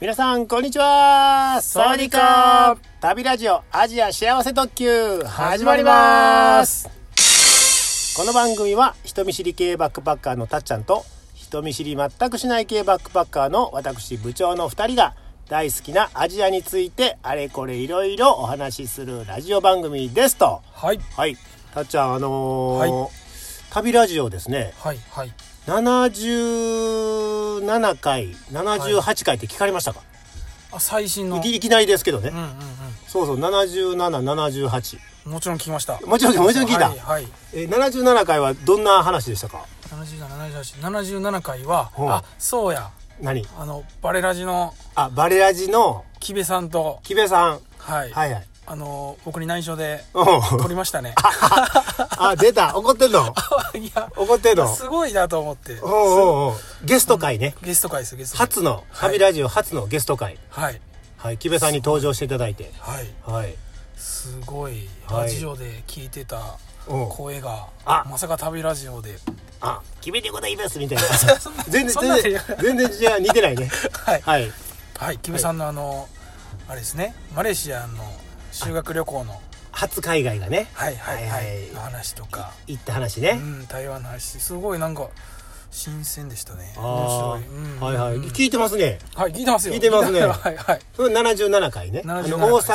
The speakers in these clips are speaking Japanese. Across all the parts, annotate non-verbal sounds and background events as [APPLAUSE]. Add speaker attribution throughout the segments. Speaker 1: 皆さん、こんにちは
Speaker 2: サワディーカー
Speaker 1: 旅ラジオアジア幸せ特急始
Speaker 2: 始
Speaker 1: ま
Speaker 2: ま
Speaker 1: り
Speaker 2: り
Speaker 1: ま
Speaker 2: ます
Speaker 1: この番組は人見知り系バックパッカーのたっちゃんと人見知り全くしない系バックパッカーの私部長の2人が大好きなアジアについてあれこれいろいろお話しするラジオ番組ですと。
Speaker 2: はい
Speaker 1: はい。たっちゃん、あのー
Speaker 2: はい
Speaker 1: 旅ラジオですね、
Speaker 2: はいはい
Speaker 1: 77回、78回って聞かれましたか、
Speaker 2: あ最新の
Speaker 1: いきいきなりですけどね、
Speaker 2: うんうん
Speaker 1: そうそう7778
Speaker 2: うんもちろん聞きました
Speaker 1: もちろんもちろん聞いた
Speaker 2: はい、はい、
Speaker 1: えー77回はどんな話でしたか
Speaker 2: 777877回は、
Speaker 1: うん
Speaker 2: あそうや
Speaker 1: 何
Speaker 2: あのバレラジの
Speaker 1: あバレラジの
Speaker 2: 木部さんと
Speaker 1: 木部さん
Speaker 2: はい、
Speaker 1: はいはい
Speaker 2: あの僕に内緒で
Speaker 1: うん
Speaker 2: [LAUGHS] 撮りましたね
Speaker 1: あ出た怒ってんの
Speaker 2: [LAUGHS] いや
Speaker 1: 怒ってんの
Speaker 2: すごいなと思って
Speaker 1: おうおうおうゲスト会ね
Speaker 2: ゲスト回ですゲスト回
Speaker 1: 初の旅ラジオ初のゲスト会
Speaker 2: はい
Speaker 1: はい木部さんに登場していただいて
Speaker 2: はい
Speaker 1: はい
Speaker 2: すごい
Speaker 1: はい
Speaker 2: ラジオで聞いてた
Speaker 1: うん
Speaker 2: 声が、
Speaker 1: あ
Speaker 2: まさか旅ラジオで
Speaker 1: あ決めてございますみ
Speaker 2: [LAUGHS]
Speaker 1: たいな
Speaker 2: そんな
Speaker 1: 全然
Speaker 2: そんな
Speaker 1: 全然全然違う似てないね
Speaker 2: はい
Speaker 1: はい
Speaker 2: はい、キムさんのあの、あれですね、マレーシアの修学旅行の、
Speaker 1: 初海外がね
Speaker 2: はいはい
Speaker 1: は
Speaker 2: はいい、
Speaker 1: はい
Speaker 2: の話とか、
Speaker 1: 行った話ね
Speaker 2: うん、台湾の話、すごいなんか、新鮮でしたね。
Speaker 1: あ
Speaker 2: 面白い。うん、
Speaker 1: あはいはい
Speaker 2: うん
Speaker 1: 聞いてますね
Speaker 2: はい、聞いてますよ。
Speaker 1: 聞いてますね
Speaker 2: [LAUGHS] はいはい。
Speaker 1: それ77回ねあ
Speaker 2: 77
Speaker 1: の大
Speaker 2: 回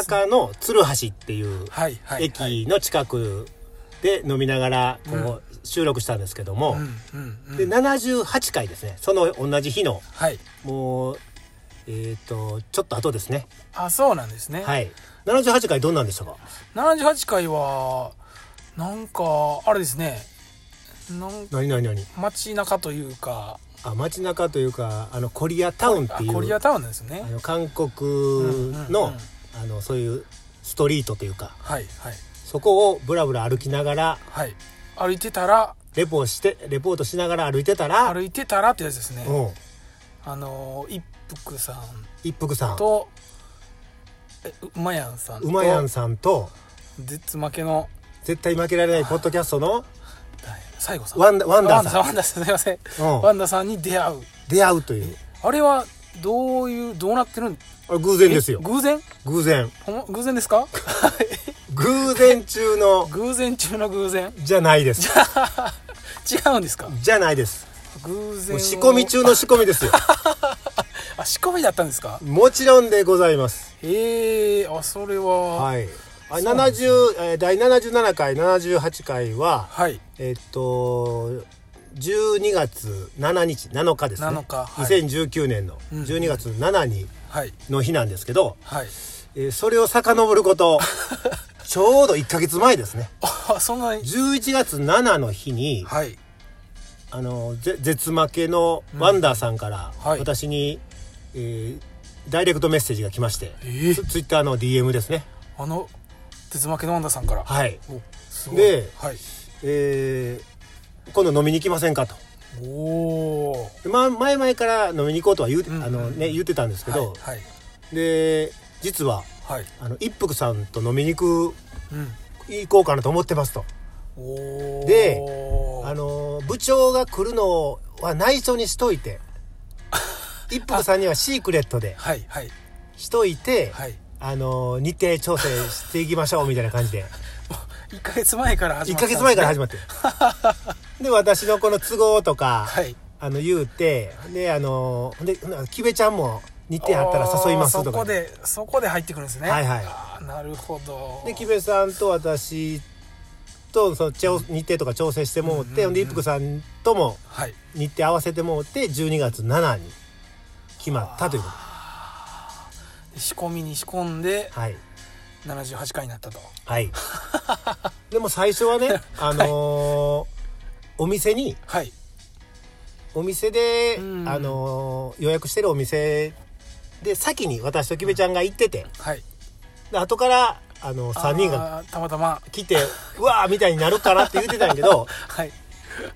Speaker 2: です
Speaker 1: 阪
Speaker 2: ね
Speaker 1: の鶴橋っていう
Speaker 2: はいはい。はい、
Speaker 1: 駅の近くで飲みながらこう収録したんですけども
Speaker 2: うんうんうん。
Speaker 1: で78回ですねその同じ日の
Speaker 2: はい。
Speaker 1: もうえっとちょっと後ですね
Speaker 2: あ、そうなんですね。
Speaker 1: はい78回どんなんでしたか
Speaker 2: 78回は、なんか、あれですね、なん
Speaker 1: 何何何
Speaker 2: 街中というか、
Speaker 1: あ街中というかあのコリアタウンっ
Speaker 2: あ
Speaker 1: てい
Speaker 2: コリ
Speaker 1: う
Speaker 2: アタウンですね
Speaker 1: あ。の韓国
Speaker 2: んうんうん
Speaker 1: のあのそういうストリートというか
Speaker 2: はいはい。
Speaker 1: そこをブラブラ歩きながら
Speaker 2: はい。歩いてたら、
Speaker 1: レポしてレポートしながら歩いてたら
Speaker 2: 歩いてたらってやつですね、
Speaker 1: うん
Speaker 2: あのー一服さん
Speaker 1: 一服さん
Speaker 2: とえううまやんさんと
Speaker 1: うまやんさんと
Speaker 2: 絶負けの
Speaker 1: 絶対負けられないポッドキャストの
Speaker 2: 誰最後さん
Speaker 1: ワンダワンダーさん
Speaker 2: ワンダさんワンダさんすいません、
Speaker 1: うん
Speaker 2: ワンダさんに出会う
Speaker 1: 出会うという
Speaker 2: あれはどういうどうなってるん
Speaker 1: あれ偶然ですよ
Speaker 2: え偶然
Speaker 1: 偶然
Speaker 2: ほんま偶然ですか [LAUGHS]
Speaker 1: 偶然中の
Speaker 2: 偶然中の偶然
Speaker 1: じゃないです
Speaker 2: 違うんですか
Speaker 1: じゃないです
Speaker 2: 偶然
Speaker 1: も
Speaker 2: を
Speaker 1: う仕込み中の仕込みです
Speaker 2: [LAUGHS]
Speaker 1: よ
Speaker 2: あ仕込みだったんですか
Speaker 1: もちろんでございます
Speaker 2: へえあそれははい、
Speaker 1: はいあ
Speaker 2: そうなんですね
Speaker 1: 70えー第77回78回はえっと12月7日7日ですね
Speaker 2: 7日はい
Speaker 1: 2019年の
Speaker 2: うん
Speaker 1: 12月7日
Speaker 2: はい
Speaker 1: の日なんですけど、
Speaker 2: はい
Speaker 1: えーそれを遡ること
Speaker 2: [LAUGHS]
Speaker 1: ちょうど1ヶ月前ですね
Speaker 2: あそんなに
Speaker 1: 11月7の日に、
Speaker 2: はい
Speaker 1: あのぜ絶負けのワンダーさんから
Speaker 2: うんはい
Speaker 1: 私に、えーダイレクトメッセージが来まして、
Speaker 2: えー
Speaker 1: ツツイッターの DM ですね
Speaker 2: あの鉄負けのワンダさんから、
Speaker 1: はい、
Speaker 2: おすごい
Speaker 1: で
Speaker 2: はい、
Speaker 1: えー今度飲みに行きませんかと
Speaker 2: おお
Speaker 1: でまあ前々から飲みに行こうとは言う,、
Speaker 2: うんうんうん
Speaker 1: あのね、言ってたんですけど、
Speaker 2: はい
Speaker 1: で実は
Speaker 2: はい、はい、
Speaker 1: あの一服さんと飲みに行く
Speaker 2: うん
Speaker 1: 行こうかなと思ってますと
Speaker 2: おお
Speaker 1: であの部長が来るのは内緒にしとい [LAUGHS] て一服さんにはシークレットで
Speaker 2: はいはい
Speaker 1: しといて、
Speaker 2: はい
Speaker 1: あの日程調整していきましょうみたいな感 [LAUGHS] じで
Speaker 2: 一ヶ月前から始
Speaker 1: 1
Speaker 2: まった
Speaker 1: か月前から始まってで私のこの都合とか、
Speaker 2: はい
Speaker 1: あの言うてであのほんでほなキベちゃんも日程あったら誘いますと
Speaker 2: そこ
Speaker 1: かで
Speaker 2: でそこで入ってくるんですね
Speaker 1: はいはい
Speaker 2: あーなるほど
Speaker 1: でキベさんと私とそのちょ日程とか調整してもうて、ほんで一服さんとも
Speaker 2: はい
Speaker 1: 日程合わせてもうて12月7に決まったというこ
Speaker 2: で仕込みに仕込んで
Speaker 1: とはい
Speaker 2: 78回になったと
Speaker 1: はい
Speaker 2: [LAUGHS]
Speaker 1: でも最初はねあのーお店に
Speaker 2: はい
Speaker 1: お店で、
Speaker 2: うん
Speaker 1: あのー予約してるお店で先に私ときべちゃんが行ってて、
Speaker 2: はい
Speaker 1: で後から、あのー、3人が
Speaker 2: あーたまたま
Speaker 1: 来てうわーみたいになるかな
Speaker 2: [LAUGHS]
Speaker 1: って言ってたんやけど
Speaker 2: はい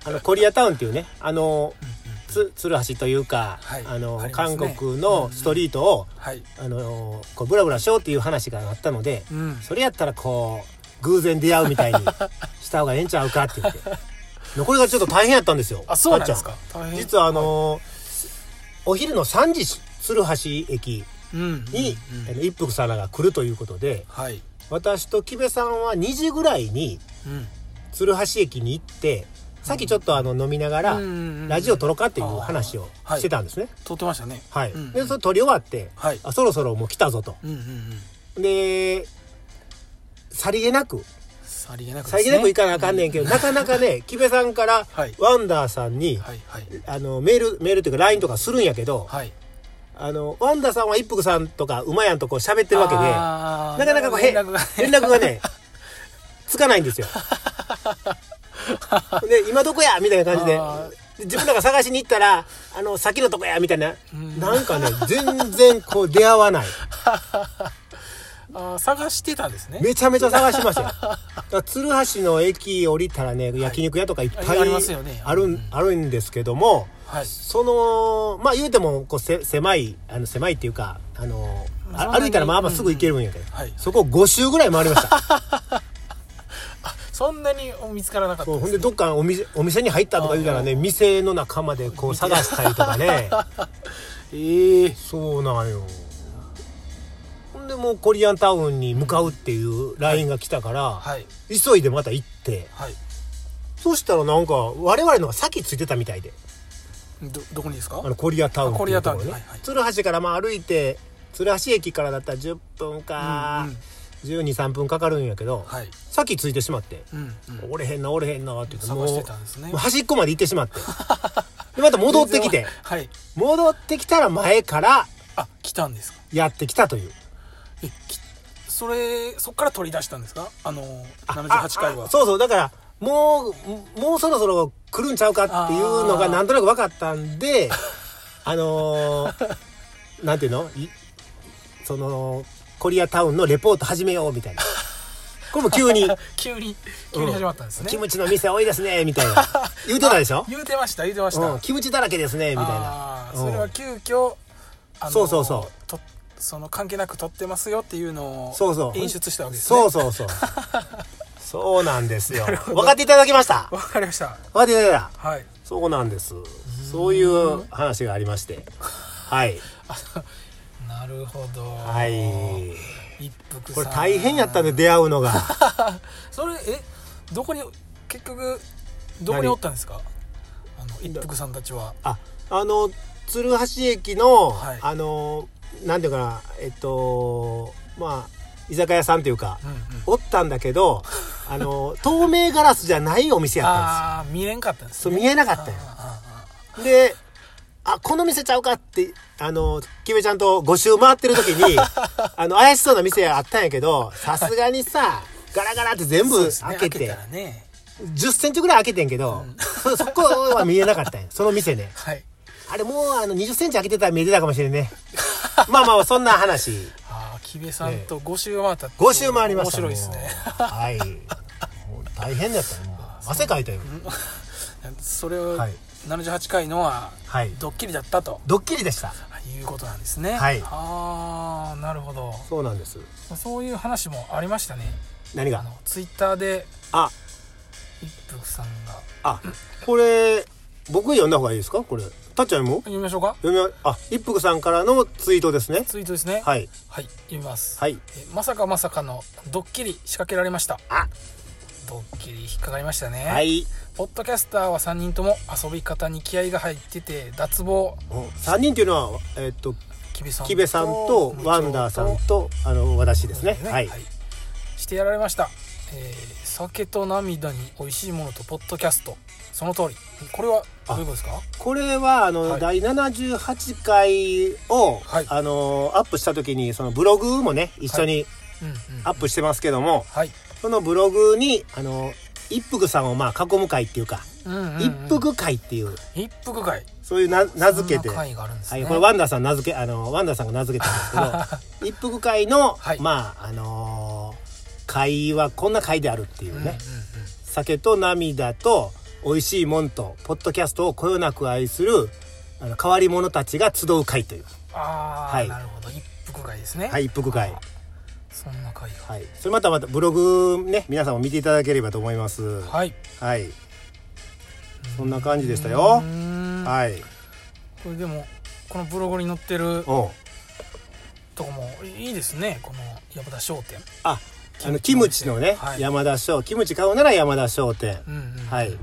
Speaker 1: あのコリアタウンっていうね、あのーつ鶴橋というか、
Speaker 2: はい
Speaker 1: あのー
Speaker 2: ありま
Speaker 1: 韓
Speaker 2: すね
Speaker 1: 国のストリートを、
Speaker 2: はい
Speaker 1: あのーこうブラブラしようっていう話があったので、
Speaker 2: うん
Speaker 1: それやったらこう偶然出会うみた
Speaker 2: [LAUGHS]
Speaker 1: いにした方がええんちゃうかって言って残りがちょっと大変やったんですよ
Speaker 2: あそうなんですか
Speaker 1: たっちゃ
Speaker 2: 大変
Speaker 1: 実はあのーお昼の3時鶴橋駅
Speaker 2: うん
Speaker 1: に、
Speaker 2: うん
Speaker 1: あの一服さなが来るということで
Speaker 2: はい
Speaker 1: 私と木部さんは2時ぐらいに
Speaker 2: うん
Speaker 1: 鶴橋駅に行ってさっきちょっとあの飲みながら、
Speaker 2: うんうんうん
Speaker 1: ラジオ撮ろうかっていう話を
Speaker 2: はい
Speaker 1: してたんですね。
Speaker 2: 撮ってましたね
Speaker 1: はい、
Speaker 2: うん
Speaker 1: でそれ撮り終わって、
Speaker 2: はい
Speaker 1: あそろそろもう来たぞと。
Speaker 2: うんうんうん
Speaker 1: でさりげなく
Speaker 2: さりげなくです
Speaker 1: さ
Speaker 2: ね
Speaker 1: りげなく行かなあかんねんけど、なかなか
Speaker 2: [LAUGHS]
Speaker 1: ね木部さんから、
Speaker 2: はい
Speaker 1: ワンダーさんに、
Speaker 2: はいはい
Speaker 1: あのメールメールというか LINE とかするんやけど、
Speaker 2: はい
Speaker 1: あのワンダーさんは一服さんとか馬やんとこう喋ってるわけでな
Speaker 2: あー
Speaker 1: かなかこうへ
Speaker 2: 連絡が
Speaker 1: 連絡がね [LAUGHS] つかないんです
Speaker 2: [LAUGHS]
Speaker 1: よ。で今どこやみたいな感じで
Speaker 2: あ
Speaker 1: で自分らが探しに行ったらあの先のとこやみたいな、
Speaker 2: ん
Speaker 1: なんかね全然こう出会わない。
Speaker 2: [LAUGHS] あー探してたんですね
Speaker 1: めちゃめちゃ探しましたよ。だから鶴橋の駅降りたらね、焼肉屋とかいっぱい
Speaker 2: ありますよね
Speaker 1: あるん、あるんですけども、
Speaker 2: はい
Speaker 1: その、まあ言うても、こう、せ、狭い、あの、狭いっていうか、あの、
Speaker 2: そん
Speaker 1: あ
Speaker 2: なに
Speaker 1: 歩いたらまあまあすぐ行けるんやけど、
Speaker 2: はい
Speaker 1: そこを5周ぐらい回りました。
Speaker 2: [LAUGHS] そんなに見つからなかった
Speaker 1: そう
Speaker 2: です
Speaker 1: ほんで、どっかお店、お店に入ったとか言うたらね、店の仲間でこう探したりとかね。
Speaker 2: [LAUGHS] ええ
Speaker 1: そうなんよ。ほんでもうコリアンタウンに向かうっていうラインが来たから、
Speaker 2: はい
Speaker 1: 急いでまた行って、
Speaker 2: はい
Speaker 1: そしたらなんか我々のが先ついてたみたいで
Speaker 2: どどこにですか
Speaker 1: あのコリアタウンっていうところね、
Speaker 2: あコリアタウンはいはい
Speaker 1: 鶴橋からまあ歩いて鶴橋駅からだったら10分か、1 2 3分かかるんやけど、
Speaker 2: はい
Speaker 1: 先ついてしまって
Speaker 2: うんう
Speaker 1: 「
Speaker 2: ん
Speaker 1: 折れへんな折れへんな」って言って
Speaker 2: 探してたんですね
Speaker 1: もう端っこまで行ってしまってでまた戻ってきて
Speaker 2: はい
Speaker 1: 戻ってきたら前から
Speaker 2: あ来たんですか
Speaker 1: やってきたという
Speaker 2: えきそれそっから取り出したんですかあの
Speaker 1: あ
Speaker 2: 78回
Speaker 1: あ
Speaker 2: は
Speaker 1: そうそうだからもうもうそろそろ来るんちゃうかっていうのが
Speaker 2: あー
Speaker 1: なんとなく分かったんで [LAUGHS] あのーなんていうのいそのコリアタウンのレポート始めようみた
Speaker 2: [LAUGHS]
Speaker 1: いなこれも急に
Speaker 2: [LAUGHS] 急に急に始まったんです
Speaker 1: 「
Speaker 2: ね、
Speaker 1: キムチの店多いですね」みたい
Speaker 2: [LAUGHS]
Speaker 1: な言うてたでしょ
Speaker 2: 言うてました言うてました、
Speaker 1: うん、キムチだらけですねみたいな
Speaker 2: あーそれは急遽あの
Speaker 1: そうそうそう
Speaker 2: とその関係なく撮ってますよっていうのを
Speaker 1: そうそう
Speaker 2: 演出したわけですね
Speaker 1: そうそう
Speaker 2: [LAUGHS]
Speaker 1: そうそうなんですよ分かっていただきました
Speaker 2: わかりました
Speaker 1: 分かっていただいた
Speaker 2: はい
Speaker 1: そうなんです。そういう話がありまして。はい。
Speaker 2: なるほど
Speaker 1: はい。
Speaker 2: 一服さん
Speaker 1: これ大変やったね、出会うの
Speaker 2: [LAUGHS]
Speaker 1: が。
Speaker 2: それえどこに結局どこに
Speaker 1: 何
Speaker 2: おったんですかあの一服さんたちは
Speaker 1: あ、あの、鶴橋駅の、
Speaker 2: はい
Speaker 1: あの、なんていうかな、えっと、まあ、居酒屋さんというか、
Speaker 2: うんうん
Speaker 1: おったんだけど、あの、透明ガラスじゃないお店やったんで
Speaker 2: ああ見れんかったんですす
Speaker 1: そう、
Speaker 2: ね
Speaker 1: 見えなかったんよ。で、あ、この店ちゃうかって、あの、キメちゃんと5周回ってる時
Speaker 2: [LAUGHS]
Speaker 1: に、あの、怪しそうな店あったんやけど、さすがにさ、ガラガラって全
Speaker 2: そう
Speaker 1: 部
Speaker 2: ですね
Speaker 1: 開けて、
Speaker 2: 開けたらね
Speaker 1: 10センチぐらい開けてんけど、そそこは見えなかったんや。その
Speaker 2: [LAUGHS]
Speaker 1: 店ね。
Speaker 2: はい
Speaker 1: あれもうあの20センチ開けてたら見えてたかもしれんね。まあまあ、そんな話。
Speaker 2: ああ木部さんと5周回った
Speaker 1: 5周回りました。
Speaker 2: 面白いですね
Speaker 1: もうはい。もう大変だったね。もう汗かいたよ。
Speaker 2: [LAUGHS] それを
Speaker 1: はい
Speaker 2: 78回のは
Speaker 1: はい。
Speaker 2: ドッキリだったと
Speaker 1: ドッキリでした。
Speaker 2: いうことなんですね
Speaker 1: はい
Speaker 2: ああなるほど
Speaker 1: そうなんです。
Speaker 2: そういう話もありましたね
Speaker 1: 何
Speaker 2: あ
Speaker 1: が
Speaker 2: のツイッターで
Speaker 1: あ、
Speaker 2: 一服さんが
Speaker 1: あ、これ、僕読んだ方がいいですかこれ。たっちゃんも
Speaker 2: 読みましょうか
Speaker 1: 読み、あ、一服さんからのツイートですね。
Speaker 2: ツイートですね
Speaker 1: はい。
Speaker 2: はい読みます
Speaker 1: はい。
Speaker 2: えまさかまさかのドッキリ仕掛けられました
Speaker 1: あ、
Speaker 2: ドッキリ引っかかりましたね、
Speaker 1: はい。
Speaker 2: ポッドキャスターは3人とも遊び方に気合が入ってて脱帽
Speaker 1: 3人っていうのは、えっと、
Speaker 2: 木部さん
Speaker 1: 木部さんとワンダーさんと、あの、私ですね。はい。
Speaker 2: してやられました、えー酒と涙に美味しいものとポッドキャストその通りこれはどういうことですか
Speaker 1: これは、あの、
Speaker 2: はい
Speaker 1: 第78回を、
Speaker 2: はい
Speaker 1: あの、アップした時に、そのブログもね、一緒に
Speaker 2: うんうん
Speaker 1: アップしてますけども、
Speaker 2: はい、
Speaker 1: そのブログに、あの、一服さんをまあ囲む会っていうか、
Speaker 2: うんうんうん
Speaker 1: 一服会っていう、
Speaker 2: 一服会
Speaker 1: そういうな名付けて
Speaker 2: そんな、会があるんです
Speaker 1: は
Speaker 2: ね、
Speaker 1: い、これワンダーさん名付けあのワンダーさんが名付けたんです
Speaker 2: [LAUGHS]
Speaker 1: けど一服会の、
Speaker 2: はい
Speaker 1: まああのー会はこんな会であるっていうね、
Speaker 2: うんうん
Speaker 1: 酒と涙と美味しいもんとポッドキャストをこよなく愛するあの変わり者たちが集う会という、
Speaker 2: ああ、
Speaker 1: はい
Speaker 2: なるほど一服会ですね
Speaker 1: はい、一服会、
Speaker 2: そんな会が
Speaker 1: はい、それまたまたブログね皆さんも見ていただければと思いますはい、
Speaker 2: はい
Speaker 1: そんな感じでしたよ
Speaker 2: うーん
Speaker 1: はい
Speaker 2: これでもこのブログに載ってる
Speaker 1: うん
Speaker 2: とこもいいですねこの山田商店
Speaker 1: ああのキムチのね、
Speaker 2: はい
Speaker 1: 山田商キムチ買うなら山田商店、
Speaker 2: うんうん
Speaker 1: はい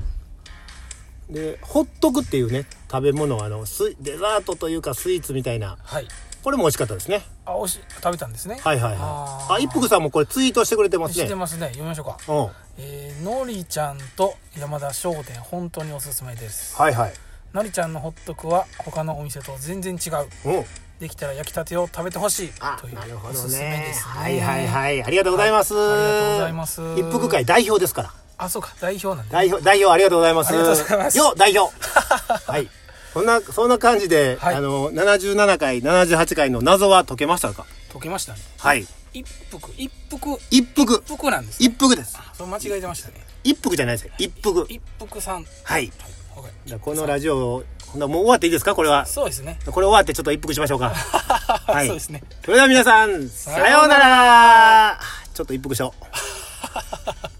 Speaker 1: でホットクっていうね食べ物はあのスイデザートというかスイーツみたいな
Speaker 2: はい
Speaker 1: これも美味しかったですね
Speaker 2: あおいしい食べたんですね
Speaker 1: はいはい
Speaker 2: あ
Speaker 1: はい
Speaker 2: ー
Speaker 1: あ一服さんもこれツイートしてくれてます
Speaker 2: 知っ
Speaker 1: ね
Speaker 2: てますね読みましょうか
Speaker 1: うんは
Speaker 2: えーのりちゃんと山田商店本当におすすめです
Speaker 1: いはい
Speaker 2: のりちゃんのホットクは他のお店と全然違う
Speaker 1: うん
Speaker 2: できたら焼きたてを食べてほしい
Speaker 1: あ
Speaker 2: という
Speaker 1: なるほ
Speaker 2: お
Speaker 1: ど
Speaker 2: すすめ
Speaker 1: ね
Speaker 2: ですね
Speaker 1: はいはいはいありがとうございます、
Speaker 2: ありがとうございます
Speaker 1: 一服会代表ですから
Speaker 2: あそうか代表なんで
Speaker 1: 代表代表ありがとうございます
Speaker 2: ありがとうございます
Speaker 1: よ代
Speaker 2: [LAUGHS]
Speaker 1: 表はいそんなそんな感じで、
Speaker 2: はい
Speaker 1: あの77回78回の謎は解けましたか
Speaker 2: 解けましたね
Speaker 1: はい
Speaker 2: 一服一服
Speaker 1: 一服
Speaker 2: 一服なんですね
Speaker 1: 一服です
Speaker 2: それ間違えてましたね
Speaker 1: 一服じゃないですよ一服
Speaker 2: 一服さん
Speaker 1: はい
Speaker 2: わかり
Speaker 1: じゃあこのラジオをほんならもう終わっていいですかこれは
Speaker 2: そうですね [LAUGHS]
Speaker 1: これ終わってちょっと一服しましょう [LAUGHS] かはい
Speaker 2: そうですね
Speaker 1: それでは皆さんさようならちょっと一服しよう